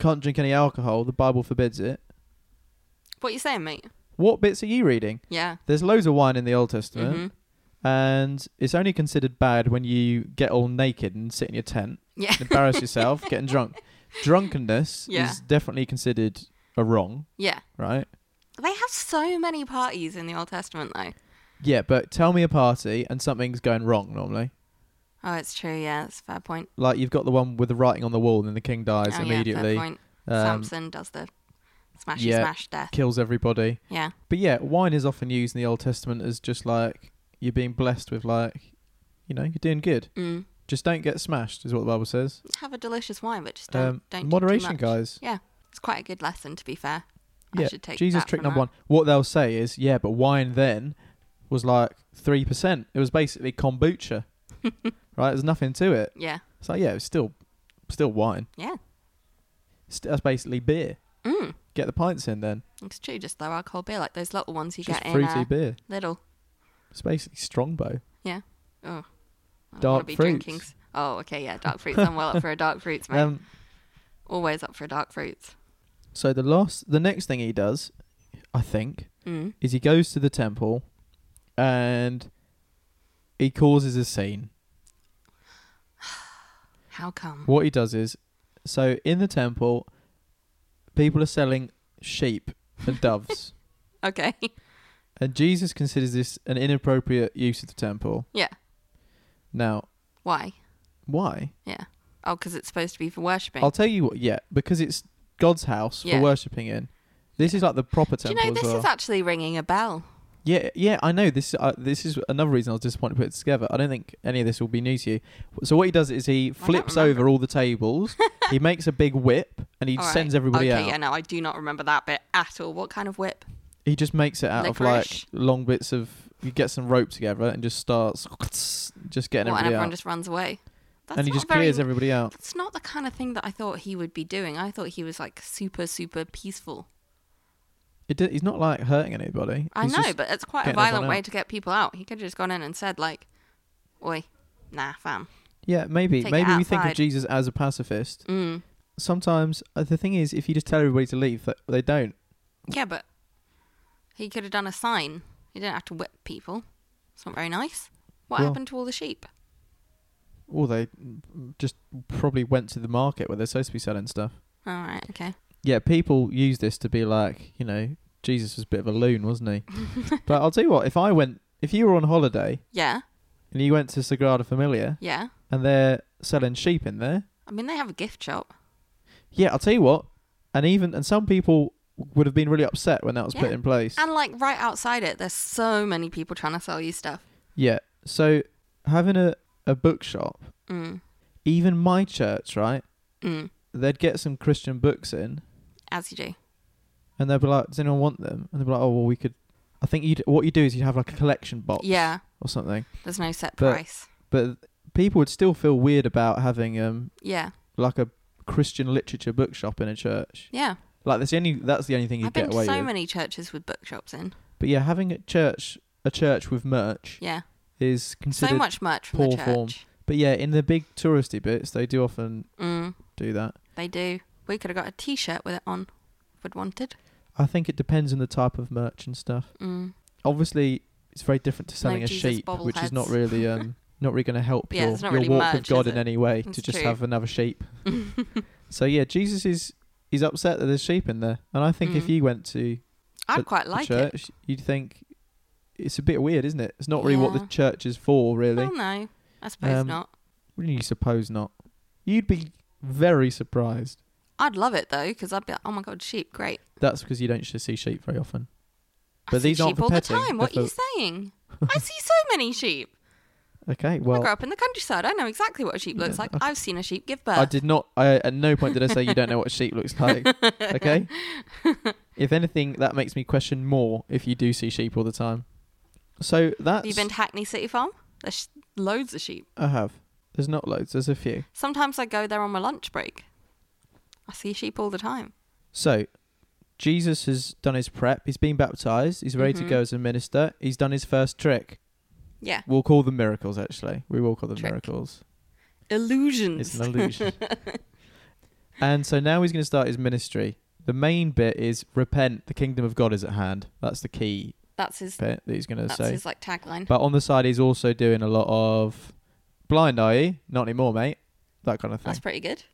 Speaker 1: can't drink any alcohol, the Bible forbids it.
Speaker 2: What you saying, mate?
Speaker 1: What bits are you reading?
Speaker 2: Yeah.
Speaker 1: There's loads of wine in the Old Testament.
Speaker 2: hmm
Speaker 1: and it's only considered bad when you get all naked and sit in your tent,
Speaker 2: Yeah.
Speaker 1: and embarrass yourself, getting drunk. Drunkenness
Speaker 2: Yeah.
Speaker 1: is definitely considered a wrong,
Speaker 2: Yeah.
Speaker 1: right?
Speaker 2: They have so many parties in the Old Testament, though.
Speaker 1: Yeah, but tell me a party and something's going wrong normally.
Speaker 2: Oh, it's true. Yeah, that's a fair point.
Speaker 1: Like you've got the one with the writing on the wall, and then the king dies
Speaker 2: oh,
Speaker 1: immediately,
Speaker 2: Yeah, fair point.
Speaker 1: um,
Speaker 2: Samson does the smashy
Speaker 1: yeah.
Speaker 2: smash death.
Speaker 1: kills everybody.
Speaker 2: Yeah.
Speaker 1: But yeah, wine is often used in the Old Testament as just like you're being blessed with like, you know, you're doing good.
Speaker 2: Mm.
Speaker 1: Just don't get smashed, is what the Bible says.
Speaker 2: Have a delicious wine, but just don't.
Speaker 1: um,
Speaker 2: don't do too
Speaker 1: moderation,
Speaker 2: much.
Speaker 1: guys.
Speaker 2: Yeah, it's quite a good lesson to be fair. I
Speaker 1: Yeah,
Speaker 2: should take
Speaker 1: Jesus
Speaker 2: that
Speaker 1: trick
Speaker 2: from
Speaker 1: number one.
Speaker 2: that.
Speaker 1: What they'll say is, yeah, but wine then was like three percent. It was basically kombucha, right? There's nothing to it.
Speaker 2: Yeah,
Speaker 1: It's like, yeah, it's still, still wine.
Speaker 2: yeah.
Speaker 1: St- that's basically beer.
Speaker 2: Mm.
Speaker 1: Get the pints in then.
Speaker 2: It's true. Just low alcohol beer, like those little ones you
Speaker 1: Just
Speaker 2: get in
Speaker 1: fruity
Speaker 2: uh,
Speaker 1: beer.
Speaker 2: little.
Speaker 1: It's basically Strongbow.
Speaker 2: Oh, I don't wanna
Speaker 1: Dark
Speaker 2: be
Speaker 1: fruits.
Speaker 2: drinking s- Oh, okay, yeah, dark fruits. I'm well up for a dark fruits, mate.
Speaker 1: Um,
Speaker 2: Always up for dark fruits.
Speaker 1: so the last, the next thing he does, I think,
Speaker 2: Mm.
Speaker 1: is he goes to the temple, and he causes a scene.
Speaker 2: How come?
Speaker 1: What he does is, so in the temple, people are selling sheep and doves,
Speaker 2: Okay.
Speaker 1: and Jesus considers this an inappropriate use of the temple.
Speaker 2: Yeah.
Speaker 1: Now,
Speaker 2: Why?
Speaker 1: why?
Speaker 2: Yeah. Oh, because it's supposed to be for worshiping.
Speaker 1: I'll tell you what. Yeah, because it's God's house
Speaker 2: Yeah.
Speaker 1: for worshiping in. This is like the proper
Speaker 2: Do you
Speaker 1: temple
Speaker 2: know this
Speaker 1: as well.
Speaker 2: is actually ringing a bell?
Speaker 1: yeah, yeah, I know. This uh, this is another reason I was disappointed to put it together. I don't think any of this will be new to you. So what he does is he flips
Speaker 2: remember.
Speaker 1: over all the tables. he makes a big whip and he
Speaker 2: All right.
Speaker 1: sends everybody
Speaker 2: okay,
Speaker 1: out.
Speaker 2: yeah, no, I do not remember that bit at all. What kind of whip?
Speaker 1: He just makes it out of
Speaker 2: Licorice.
Speaker 1: like long bits of. You get some rope together and just starts just getting
Speaker 2: What,
Speaker 1: everybody
Speaker 2: and everyone
Speaker 1: out,
Speaker 2: just runs away. That's
Speaker 1: and he
Speaker 2: not
Speaker 1: just
Speaker 2: very-
Speaker 1: clears everybody out.
Speaker 2: That's not the kind of thing that I thought he would be doing. I thought he was like super, super peaceful.
Speaker 1: It d- he's not like hurting anybody.
Speaker 2: I
Speaker 1: He's
Speaker 2: know,
Speaker 1: just-
Speaker 2: but it's quite a
Speaker 1: getting everyone
Speaker 2: violent way
Speaker 1: out.
Speaker 2: to get people out. He could have just gone in and said like, "Oi, nah, fam."
Speaker 1: yeah, maybe
Speaker 2: take it
Speaker 1: maybe we think of
Speaker 2: outside.
Speaker 1: Jesus as a pacifist.
Speaker 2: Mm.
Speaker 1: Sometimes uh, the thing is, if you just tell everybody to leave, th- they don't.
Speaker 2: Yeah, but he could have done a sign. He didn't have to whip people. It's not very nice. What
Speaker 1: Well-
Speaker 2: happened to all the sheep?
Speaker 1: Or they mm, just probably went to the market where they're supposed to be selling stuff.
Speaker 2: All right, okay.
Speaker 1: Yeah, people use this to be like, you know, Jesus was a bit of a loon, wasn't he? but I'll tell you what, if I went, if you were on holiday
Speaker 2: Yeah,
Speaker 1: and you went to Sagrada Familia,
Speaker 2: yeah.
Speaker 1: and they're selling sheep in there.
Speaker 2: I mean, they have a gift shop.
Speaker 1: Yeah, I'll tell you what. And even and some people would have been really upset when that was put
Speaker 2: Yeah. Um,
Speaker 1: in place.
Speaker 2: And like right outside it, there's so many people trying to sell you stuff.
Speaker 1: yeah. So having a a bookshop,
Speaker 2: Mm.
Speaker 1: even my church, right?
Speaker 2: Mm.
Speaker 1: They'd get some Christian books in,
Speaker 2: As you do.
Speaker 1: and they'd be like, "Does anyone want them?" And they'd be like, "Oh, well, we could." I think you would what you do is you'd have like a collection box,
Speaker 2: Yeah,
Speaker 1: or something.
Speaker 2: there's no set
Speaker 1: But-
Speaker 2: price.
Speaker 1: But people would still feel weird about having um
Speaker 2: Yeah.
Speaker 1: like a Christian literature bookshop in a church.
Speaker 2: Yeah.
Speaker 1: Like that's the only that's the only thing you
Speaker 2: I've
Speaker 1: get
Speaker 2: been to
Speaker 1: away
Speaker 2: so
Speaker 1: with.
Speaker 2: many churches with bookshops in.
Speaker 1: But yeah, having a church a church with merch
Speaker 2: Yeah.
Speaker 1: is considered.
Speaker 2: so much merch from the
Speaker 1: poor form.
Speaker 2: church.
Speaker 1: But yeah, in the big touristy bits, they do often
Speaker 2: Mm,
Speaker 1: do that.
Speaker 2: they do. We could have got a t shirt with it on if we'd wanted.
Speaker 1: I think it depends on the type of merch and stuff.
Speaker 2: Mm.
Speaker 1: Obviously, it's very different to selling a
Speaker 2: Jesus
Speaker 1: sheep, which is not
Speaker 2: bobbleheads.
Speaker 1: really um not really going to help
Speaker 2: Yeah,
Speaker 1: your,
Speaker 2: it's not
Speaker 1: your
Speaker 2: really
Speaker 1: walk
Speaker 2: merch,
Speaker 1: with God
Speaker 2: is
Speaker 1: in
Speaker 2: it?
Speaker 1: any way
Speaker 2: It's
Speaker 1: to just
Speaker 2: true.
Speaker 1: have another sheep. So yeah, Jesus is is upset that there's sheep in there, and I think if
Speaker 2: Mm.
Speaker 1: you went to
Speaker 2: I'd
Speaker 1: But
Speaker 2: quite
Speaker 1: the
Speaker 2: like it.
Speaker 1: church, you'd think it's a bit weird, isn't it? It's not really what the
Speaker 2: Yeah.
Speaker 1: church is for, really.
Speaker 2: Well, no, I suppose
Speaker 1: Um,
Speaker 2: not.
Speaker 1: Wouldn't you suppose not? You'd be very surprised.
Speaker 2: I'd love it though, because I'd be like, oh my god, sheep, great.
Speaker 1: That's because you don't actually see sheep very often.
Speaker 2: I
Speaker 1: But
Speaker 2: see
Speaker 1: these
Speaker 2: sheep
Speaker 1: aren't for
Speaker 2: all
Speaker 1: petting,
Speaker 2: the time. What
Speaker 1: they're
Speaker 2: are you saying? I see so many sheep.
Speaker 1: Okay,
Speaker 2: I
Speaker 1: well,
Speaker 2: grew up in the countryside. I know exactly what a sheep looks
Speaker 1: Yeah,
Speaker 2: like.
Speaker 1: okay.
Speaker 2: I've seen a sheep give birth.
Speaker 1: I did not. I, at no point did I say you don't know what a sheep looks like. Okay. If anything, that makes me question more if you do see sheep all the time. So that's
Speaker 2: Have you been to Hackney City Farm? There's sh- loads of sheep.
Speaker 1: I have. There's not loads. There's a few.
Speaker 2: Sometimes I go there on my lunch break. I see sheep all the time.
Speaker 1: So, Jesus has done his prep. He's been baptized. He's ready to
Speaker 2: Mhm.
Speaker 1: go as a minister. He's done his first trick.
Speaker 2: Yeah.
Speaker 1: We'll call them miracles, actually. We will call them
Speaker 2: Trick.
Speaker 1: miracles. It's
Speaker 2: Illusions.
Speaker 1: an illusion. and so now he's going to start his ministry. The main bit is repent, the kingdom of God is at hand. That's the key
Speaker 2: That's his.
Speaker 1: bit that he's going to
Speaker 2: That's
Speaker 1: say.
Speaker 2: his like tagline.
Speaker 1: But on the side, he's also doing a lot of blind eye, not anymore, mate. That kind of thing.
Speaker 2: That's pretty good.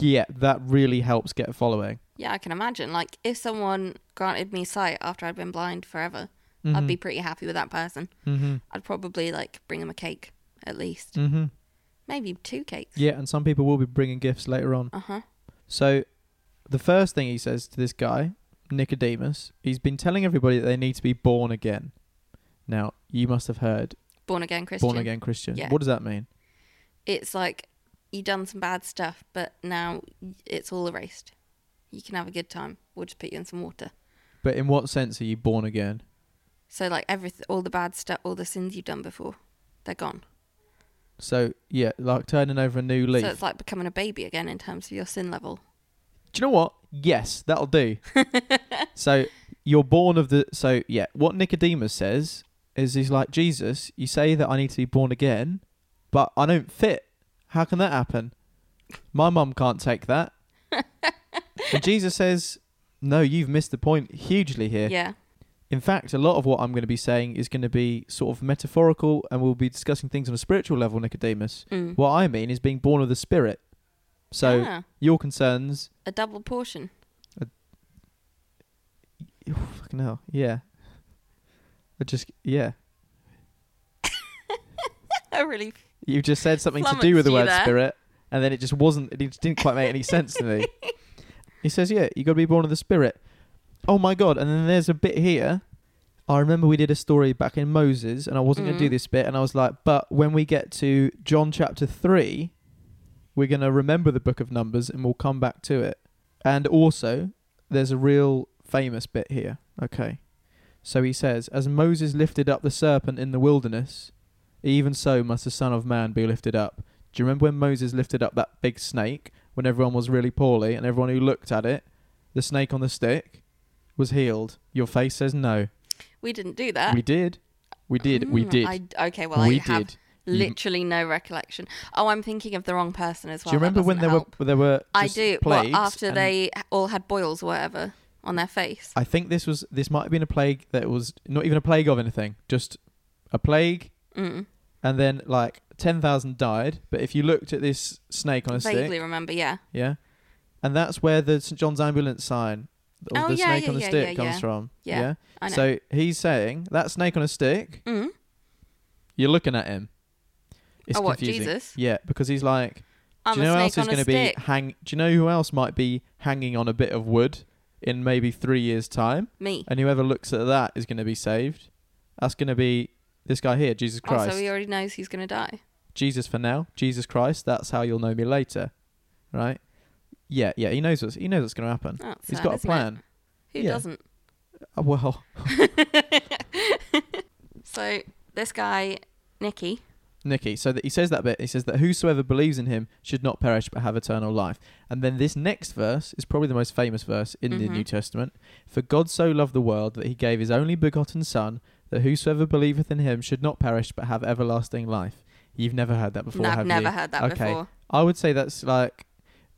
Speaker 1: yeah, that really helps get following.
Speaker 2: Yeah, I can imagine. Like, if someone granted me sight after I'd been blind forever,
Speaker 1: Mm-hmm,
Speaker 2: I'd be pretty happy with that person.
Speaker 1: hmm
Speaker 2: I'd probably like bring them a cake at least,
Speaker 1: hmm
Speaker 2: maybe two cakes.
Speaker 1: Yeah, and some people will be bringing gifts later on.
Speaker 2: Uh huh.
Speaker 1: So, the first thing he says to this guy, Nicodemus, he's been telling everybody that they need to be born again. Now, you must have heard
Speaker 2: Born again Christian.
Speaker 1: born again Christian.
Speaker 2: Yeah.
Speaker 1: What does that mean?
Speaker 2: It's like you done some bad stuff, but now it's all erased. You can have a good time. We'll just put you in some water.
Speaker 1: But in what sense are you born again?
Speaker 2: So like everything, all the bad stuff, all the sins you've done before, they're gone.
Speaker 1: So, yeah, like turning over a new leaf.
Speaker 2: So it's like becoming a baby again in terms of your sin level.
Speaker 1: do you know what? Yes, that'll do. so, you're born of the. So, yeah, what Nicodemus says is he's like, Jesus, you say that I need to be born again, but I don't fit. How can that happen? My mum can't take that. and Jesus says, No, you've missed the point hugely here.
Speaker 2: Yeah.
Speaker 1: In fact, a lot of what I'm going to be saying is going to be sort of metaphorical, and we'll be discussing things on a spiritual level, Nicodemus.
Speaker 2: Mm.
Speaker 1: What I mean is being born of the Spirit. So
Speaker 2: Ah,
Speaker 1: your concerns,
Speaker 2: a double portion.
Speaker 1: oh, fucking hell, yeah. I just, yeah.
Speaker 2: I really
Speaker 1: You just said something to do with
Speaker 2: Flummoxed
Speaker 1: the
Speaker 2: you
Speaker 1: word
Speaker 2: there.
Speaker 1: Spirit, and then it just wasn't. It just didn't quite make any sense to me. He says, "Yeah, you got to be born of the Spirit." Oh my God! And then there's a bit here. I remember we did a story back in Moses, and I wasn't going
Speaker 2: Mm.
Speaker 1: to do this bit, and I was like, "But when we get to John chapter three, we're going to remember the book of Numbers, and we'll come back to it." And also, there's a real famous bit here. Okay, so he says, "As Moses lifted up the serpent in the wilderness, even so must the Son of Man be lifted up." Do you remember when Moses lifted up that big snake when everyone was really poorly and everyone who looked at it, the snake on the stick, was healed? Your face says no.
Speaker 2: we didn't do that.
Speaker 1: we did. We did. we
Speaker 2: Uh, Mm,
Speaker 1: did.
Speaker 2: I, okay, well,
Speaker 1: we
Speaker 2: I have
Speaker 1: did. You-
Speaker 2: literally no recollection. Oh, I'm thinking of the wrong person as well.
Speaker 1: do you
Speaker 2: That
Speaker 1: remember when
Speaker 2: doesn't
Speaker 1: there
Speaker 2: help.
Speaker 1: were there were
Speaker 2: I
Speaker 1: just
Speaker 2: do.
Speaker 1: plagues
Speaker 2: Well, after
Speaker 1: and
Speaker 2: they all had boils or whatever on their face.
Speaker 1: I think this was this might have been a plague that was not even a plague of anything, just a plague
Speaker 2: Mm.
Speaker 1: and then like 10,000 died, but if you looked at this snake on a
Speaker 2: Vaguely
Speaker 1: stick,
Speaker 2: remember, yeah.
Speaker 1: yeah. And that's where the St John's ambulance sign of
Speaker 2: Oh,
Speaker 1: the
Speaker 2: yeah,
Speaker 1: snake
Speaker 2: yeah,
Speaker 1: on the
Speaker 2: yeah,
Speaker 1: stick
Speaker 2: yeah,
Speaker 1: comes
Speaker 2: yeah.
Speaker 1: from.
Speaker 2: Yeah,
Speaker 1: yeah?
Speaker 2: I know.
Speaker 1: So he's saying that snake on a stick,
Speaker 2: mm.
Speaker 1: you're looking at him. It's
Speaker 2: Oh, what,
Speaker 1: confusing.
Speaker 2: Jesus?
Speaker 1: Yeah, because he's like,
Speaker 2: I'm
Speaker 1: do you know who
Speaker 2: a snake
Speaker 1: else is
Speaker 2: on
Speaker 1: going
Speaker 2: a
Speaker 1: to be
Speaker 2: stick.
Speaker 1: hang? Do you know who else might be hanging on a bit of wood in maybe three years' time?
Speaker 2: Me. Oh,
Speaker 1: And whoever looks at that is going to be saved. That's going to be this guy here, Jesus Christ.
Speaker 2: Also, he Oh, already knows he's going to die.
Speaker 1: Jesus for now, Jesus Christ. That's how you'll know me later, right? Yeah, yeah. He knows what's he knows what's going to happen.
Speaker 2: That's
Speaker 1: he's
Speaker 2: sad,
Speaker 1: got a
Speaker 2: isn't it?
Speaker 1: plan.
Speaker 2: Who
Speaker 1: Yeah.
Speaker 2: doesn't?
Speaker 1: Uh, well,
Speaker 2: So this guy, Nicky,
Speaker 1: Nikki. So that he says that bit. He says that whosoever believes in him should not perish but have eternal life. And then this next verse is probably the most famous verse in the
Speaker 2: Mhm.
Speaker 1: New Testament. For God so loved the world that he gave his only begotten Son, that whosoever believeth in him should not perish but have everlasting life. You've never heard that before,
Speaker 2: No,
Speaker 1: have
Speaker 2: I've never
Speaker 1: you?
Speaker 2: heard that
Speaker 1: Okay.
Speaker 2: before.
Speaker 1: I would say that's like,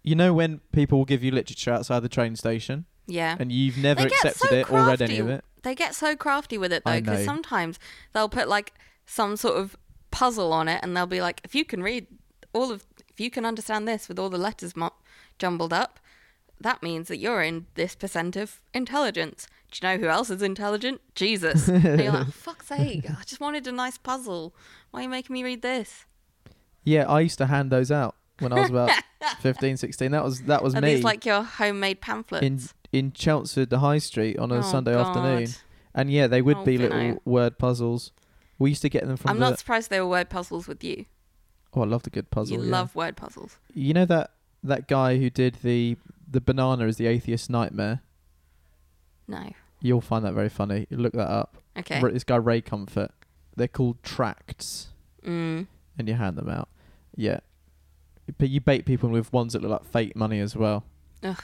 Speaker 1: you know, when people will give you literature outside the train station,
Speaker 2: Yeah.
Speaker 1: and you've never
Speaker 2: They get
Speaker 1: accepted
Speaker 2: so
Speaker 1: it or read any
Speaker 2: crafty
Speaker 1: of it.
Speaker 2: They get so crafty with it though,
Speaker 1: I know.
Speaker 2: because sometimes they'll put like some sort of puzzle on it, and they'll be like, "If you can read all of, if you can understand this with all the letters mu- jumbled up, that means that you're in this percent of intelligence." Do you know who else is intelligent? Jesus. and you're like, "Fuck's sake! I just wanted a nice puzzle. Why are you making me read this?"
Speaker 1: Yeah, I used to hand those out when I was about 15, 16. That was that was
Speaker 2: Are
Speaker 1: me
Speaker 2: these like your homemade pamphlets?
Speaker 1: in in Chelmsford, the High Street, on a
Speaker 2: Oh,
Speaker 1: Sunday
Speaker 2: God.
Speaker 1: afternoon. And yeah, they would
Speaker 2: Oh,
Speaker 1: be
Speaker 2: Vinno.
Speaker 1: little word puzzles. We used to get them from
Speaker 2: I'm
Speaker 1: the.
Speaker 2: not surprised they were word puzzles with you.
Speaker 1: oh, I loved a good puzzle.
Speaker 2: you
Speaker 1: yeah.
Speaker 2: love word puzzles.
Speaker 1: You know that that guy who did the the banana is the atheist nightmare.
Speaker 2: No.
Speaker 1: You'll find that very funny. Look that up.
Speaker 2: Okay.
Speaker 1: Ra- This guy Ray Comfort. They're called tracts,
Speaker 2: Mm.
Speaker 1: and you hand them out. Yeah, but you bait people with ones that look like fake money as well.
Speaker 2: Ugh.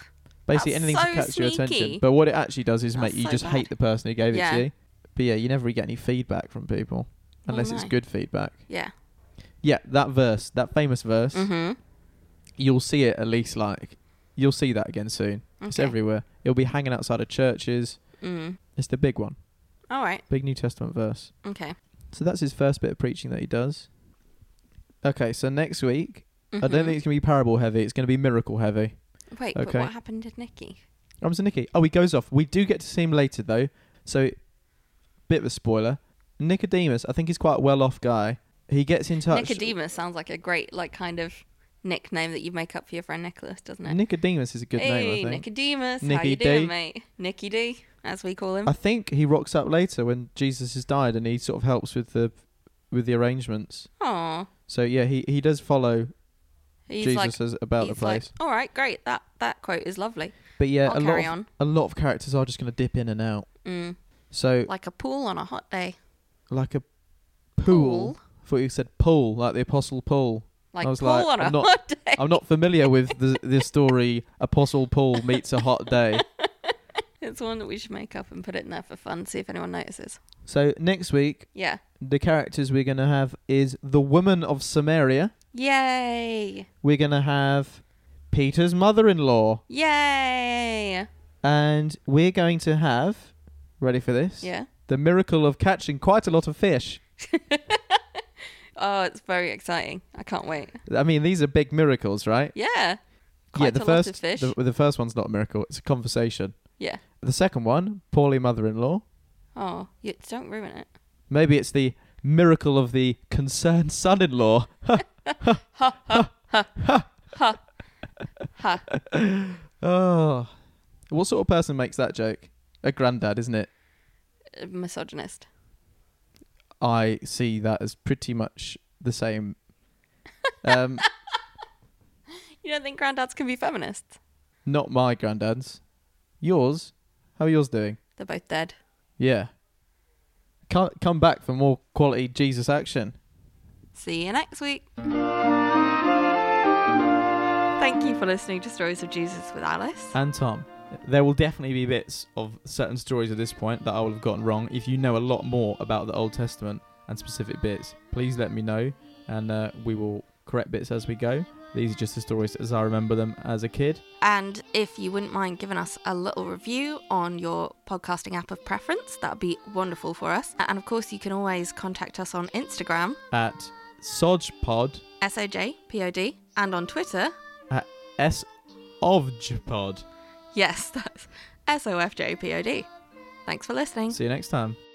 Speaker 1: Basically,
Speaker 2: That's
Speaker 1: anything
Speaker 2: so
Speaker 1: to catch your attention.
Speaker 2: sneaky.
Speaker 1: But what it actually does is
Speaker 2: That's
Speaker 1: make you
Speaker 2: so
Speaker 1: just
Speaker 2: bad.
Speaker 1: hate the person who gave it
Speaker 2: Yeah.
Speaker 1: to you. But yeah, you never really get any feedback from people
Speaker 2: Well,
Speaker 1: unless it's
Speaker 2: no.
Speaker 1: good feedback.
Speaker 2: Yeah.
Speaker 1: Yeah, that verse, that famous verse,
Speaker 2: Mm-hmm.
Speaker 1: you'll see it at least like you'll see that again soon. It's
Speaker 2: Okay.
Speaker 1: everywhere. It'll be hanging outside of churches.
Speaker 2: Mm.
Speaker 1: It's the big one,
Speaker 2: All right.
Speaker 1: big New Testament verse.
Speaker 2: Okay.
Speaker 1: So that's his first bit of preaching that he does. Okay, so next week, I
Speaker 2: Mhm.
Speaker 1: don't think it's going to be parable heavy. It's going to be miracle heavy.
Speaker 2: Wait, but
Speaker 1: Okay.
Speaker 2: what happened to Nikki?
Speaker 1: Comes to Nicky. Oh, he goes off. We do get to see him later, though. So, bit of a spoiler. Nicodemus, I think he's quite a well off guy. He gets in touch.
Speaker 2: Nicodemus sounds like a great, like, kind of nickname that you make up for your friend Nicholas, doesn't it?
Speaker 1: Nicodemus is a good
Speaker 2: hey,
Speaker 1: name, I think.
Speaker 2: Nicodemus. how
Speaker 1: Nicky
Speaker 2: you
Speaker 1: D.
Speaker 2: doing, mate? Nicky D, as we call him.
Speaker 1: I think he rocks up later when Jesus has died, and he sort of helps with the with the arrangements.
Speaker 2: Aw.
Speaker 1: So yeah, he, he does follow
Speaker 2: He's
Speaker 1: Jesus
Speaker 2: like,
Speaker 1: as about the
Speaker 2: he's
Speaker 1: place.
Speaker 2: like, all right, great. That that quote is lovely.
Speaker 1: but yeah,
Speaker 2: I'll
Speaker 1: a lot
Speaker 2: carry
Speaker 1: of,
Speaker 2: on.
Speaker 1: a lot of characters are just going to dip in and out.
Speaker 2: Mm.
Speaker 1: So
Speaker 2: Like a pool on a hot day.
Speaker 1: like a pool. I thought you said pool, like the apostle Paul.
Speaker 2: Like
Speaker 1: I was
Speaker 2: pool
Speaker 1: like,
Speaker 2: on a
Speaker 1: I'm not-
Speaker 2: hot day.
Speaker 1: I'm not familiar with the the story Apostle Paul meets a hot day.
Speaker 2: It's one that we should make up and put it in there for fun. See if anyone notices.
Speaker 1: So next week
Speaker 2: Yeah.
Speaker 1: the characters we're gonna have is the woman of Samaria.
Speaker 2: Yay!
Speaker 1: We're gonna have Peter's mother in law.
Speaker 2: Yay!
Speaker 1: And we're going to have ready for this?
Speaker 2: Yeah.
Speaker 1: The miracle of catching quite a lot of fish.
Speaker 2: Oh, it's very exciting. I can't wait.
Speaker 1: I mean, these are big miracles, right?
Speaker 2: Yeah.
Speaker 1: yeah,
Speaker 2: Quite
Speaker 1: the
Speaker 2: a
Speaker 1: first
Speaker 2: lot of fish.
Speaker 1: The, the first one's not a miracle, it's a conversation.
Speaker 2: yeah.
Speaker 1: The second one, Paulie mother in law.
Speaker 2: Oh, you, don't ruin it.
Speaker 1: Maybe it's the miracle of the concerned son in law.
Speaker 2: Ha. ha.
Speaker 1: Oh. What sort of person makes that joke? A granddad, isn't it?
Speaker 2: Misogynist.
Speaker 1: I see that as pretty much the same. Um,
Speaker 2: You don't think granddads can be feminists?
Speaker 1: not my granddads. Yours? How are yours doing?
Speaker 2: They're both dead.
Speaker 1: Yeah. Come, come back for more quality Jesus action.
Speaker 2: See you next week. Thank you for listening to Stories of Jesus with Alice.
Speaker 1: And Tom. There will definitely be bits of certain stories at this point that I will have gotten wrong. If you know a lot more about the Old Testament and specific bits, please let me know and uh, we will correct bits as we go. These are just the stories as I remember them as a kid.
Speaker 2: And if you wouldn't mind giving us a little review on your podcasting app of preference, that would be wonderful for us. And of course, you can always contact us on Instagram,
Speaker 1: At Sojpod,
Speaker 2: S O J P O D, and on Twitter,
Speaker 1: at S Ovjpod.
Speaker 2: yes, that's S O F J P O D. Thanks for listening.
Speaker 1: See you next time.
Speaker 3: Oh,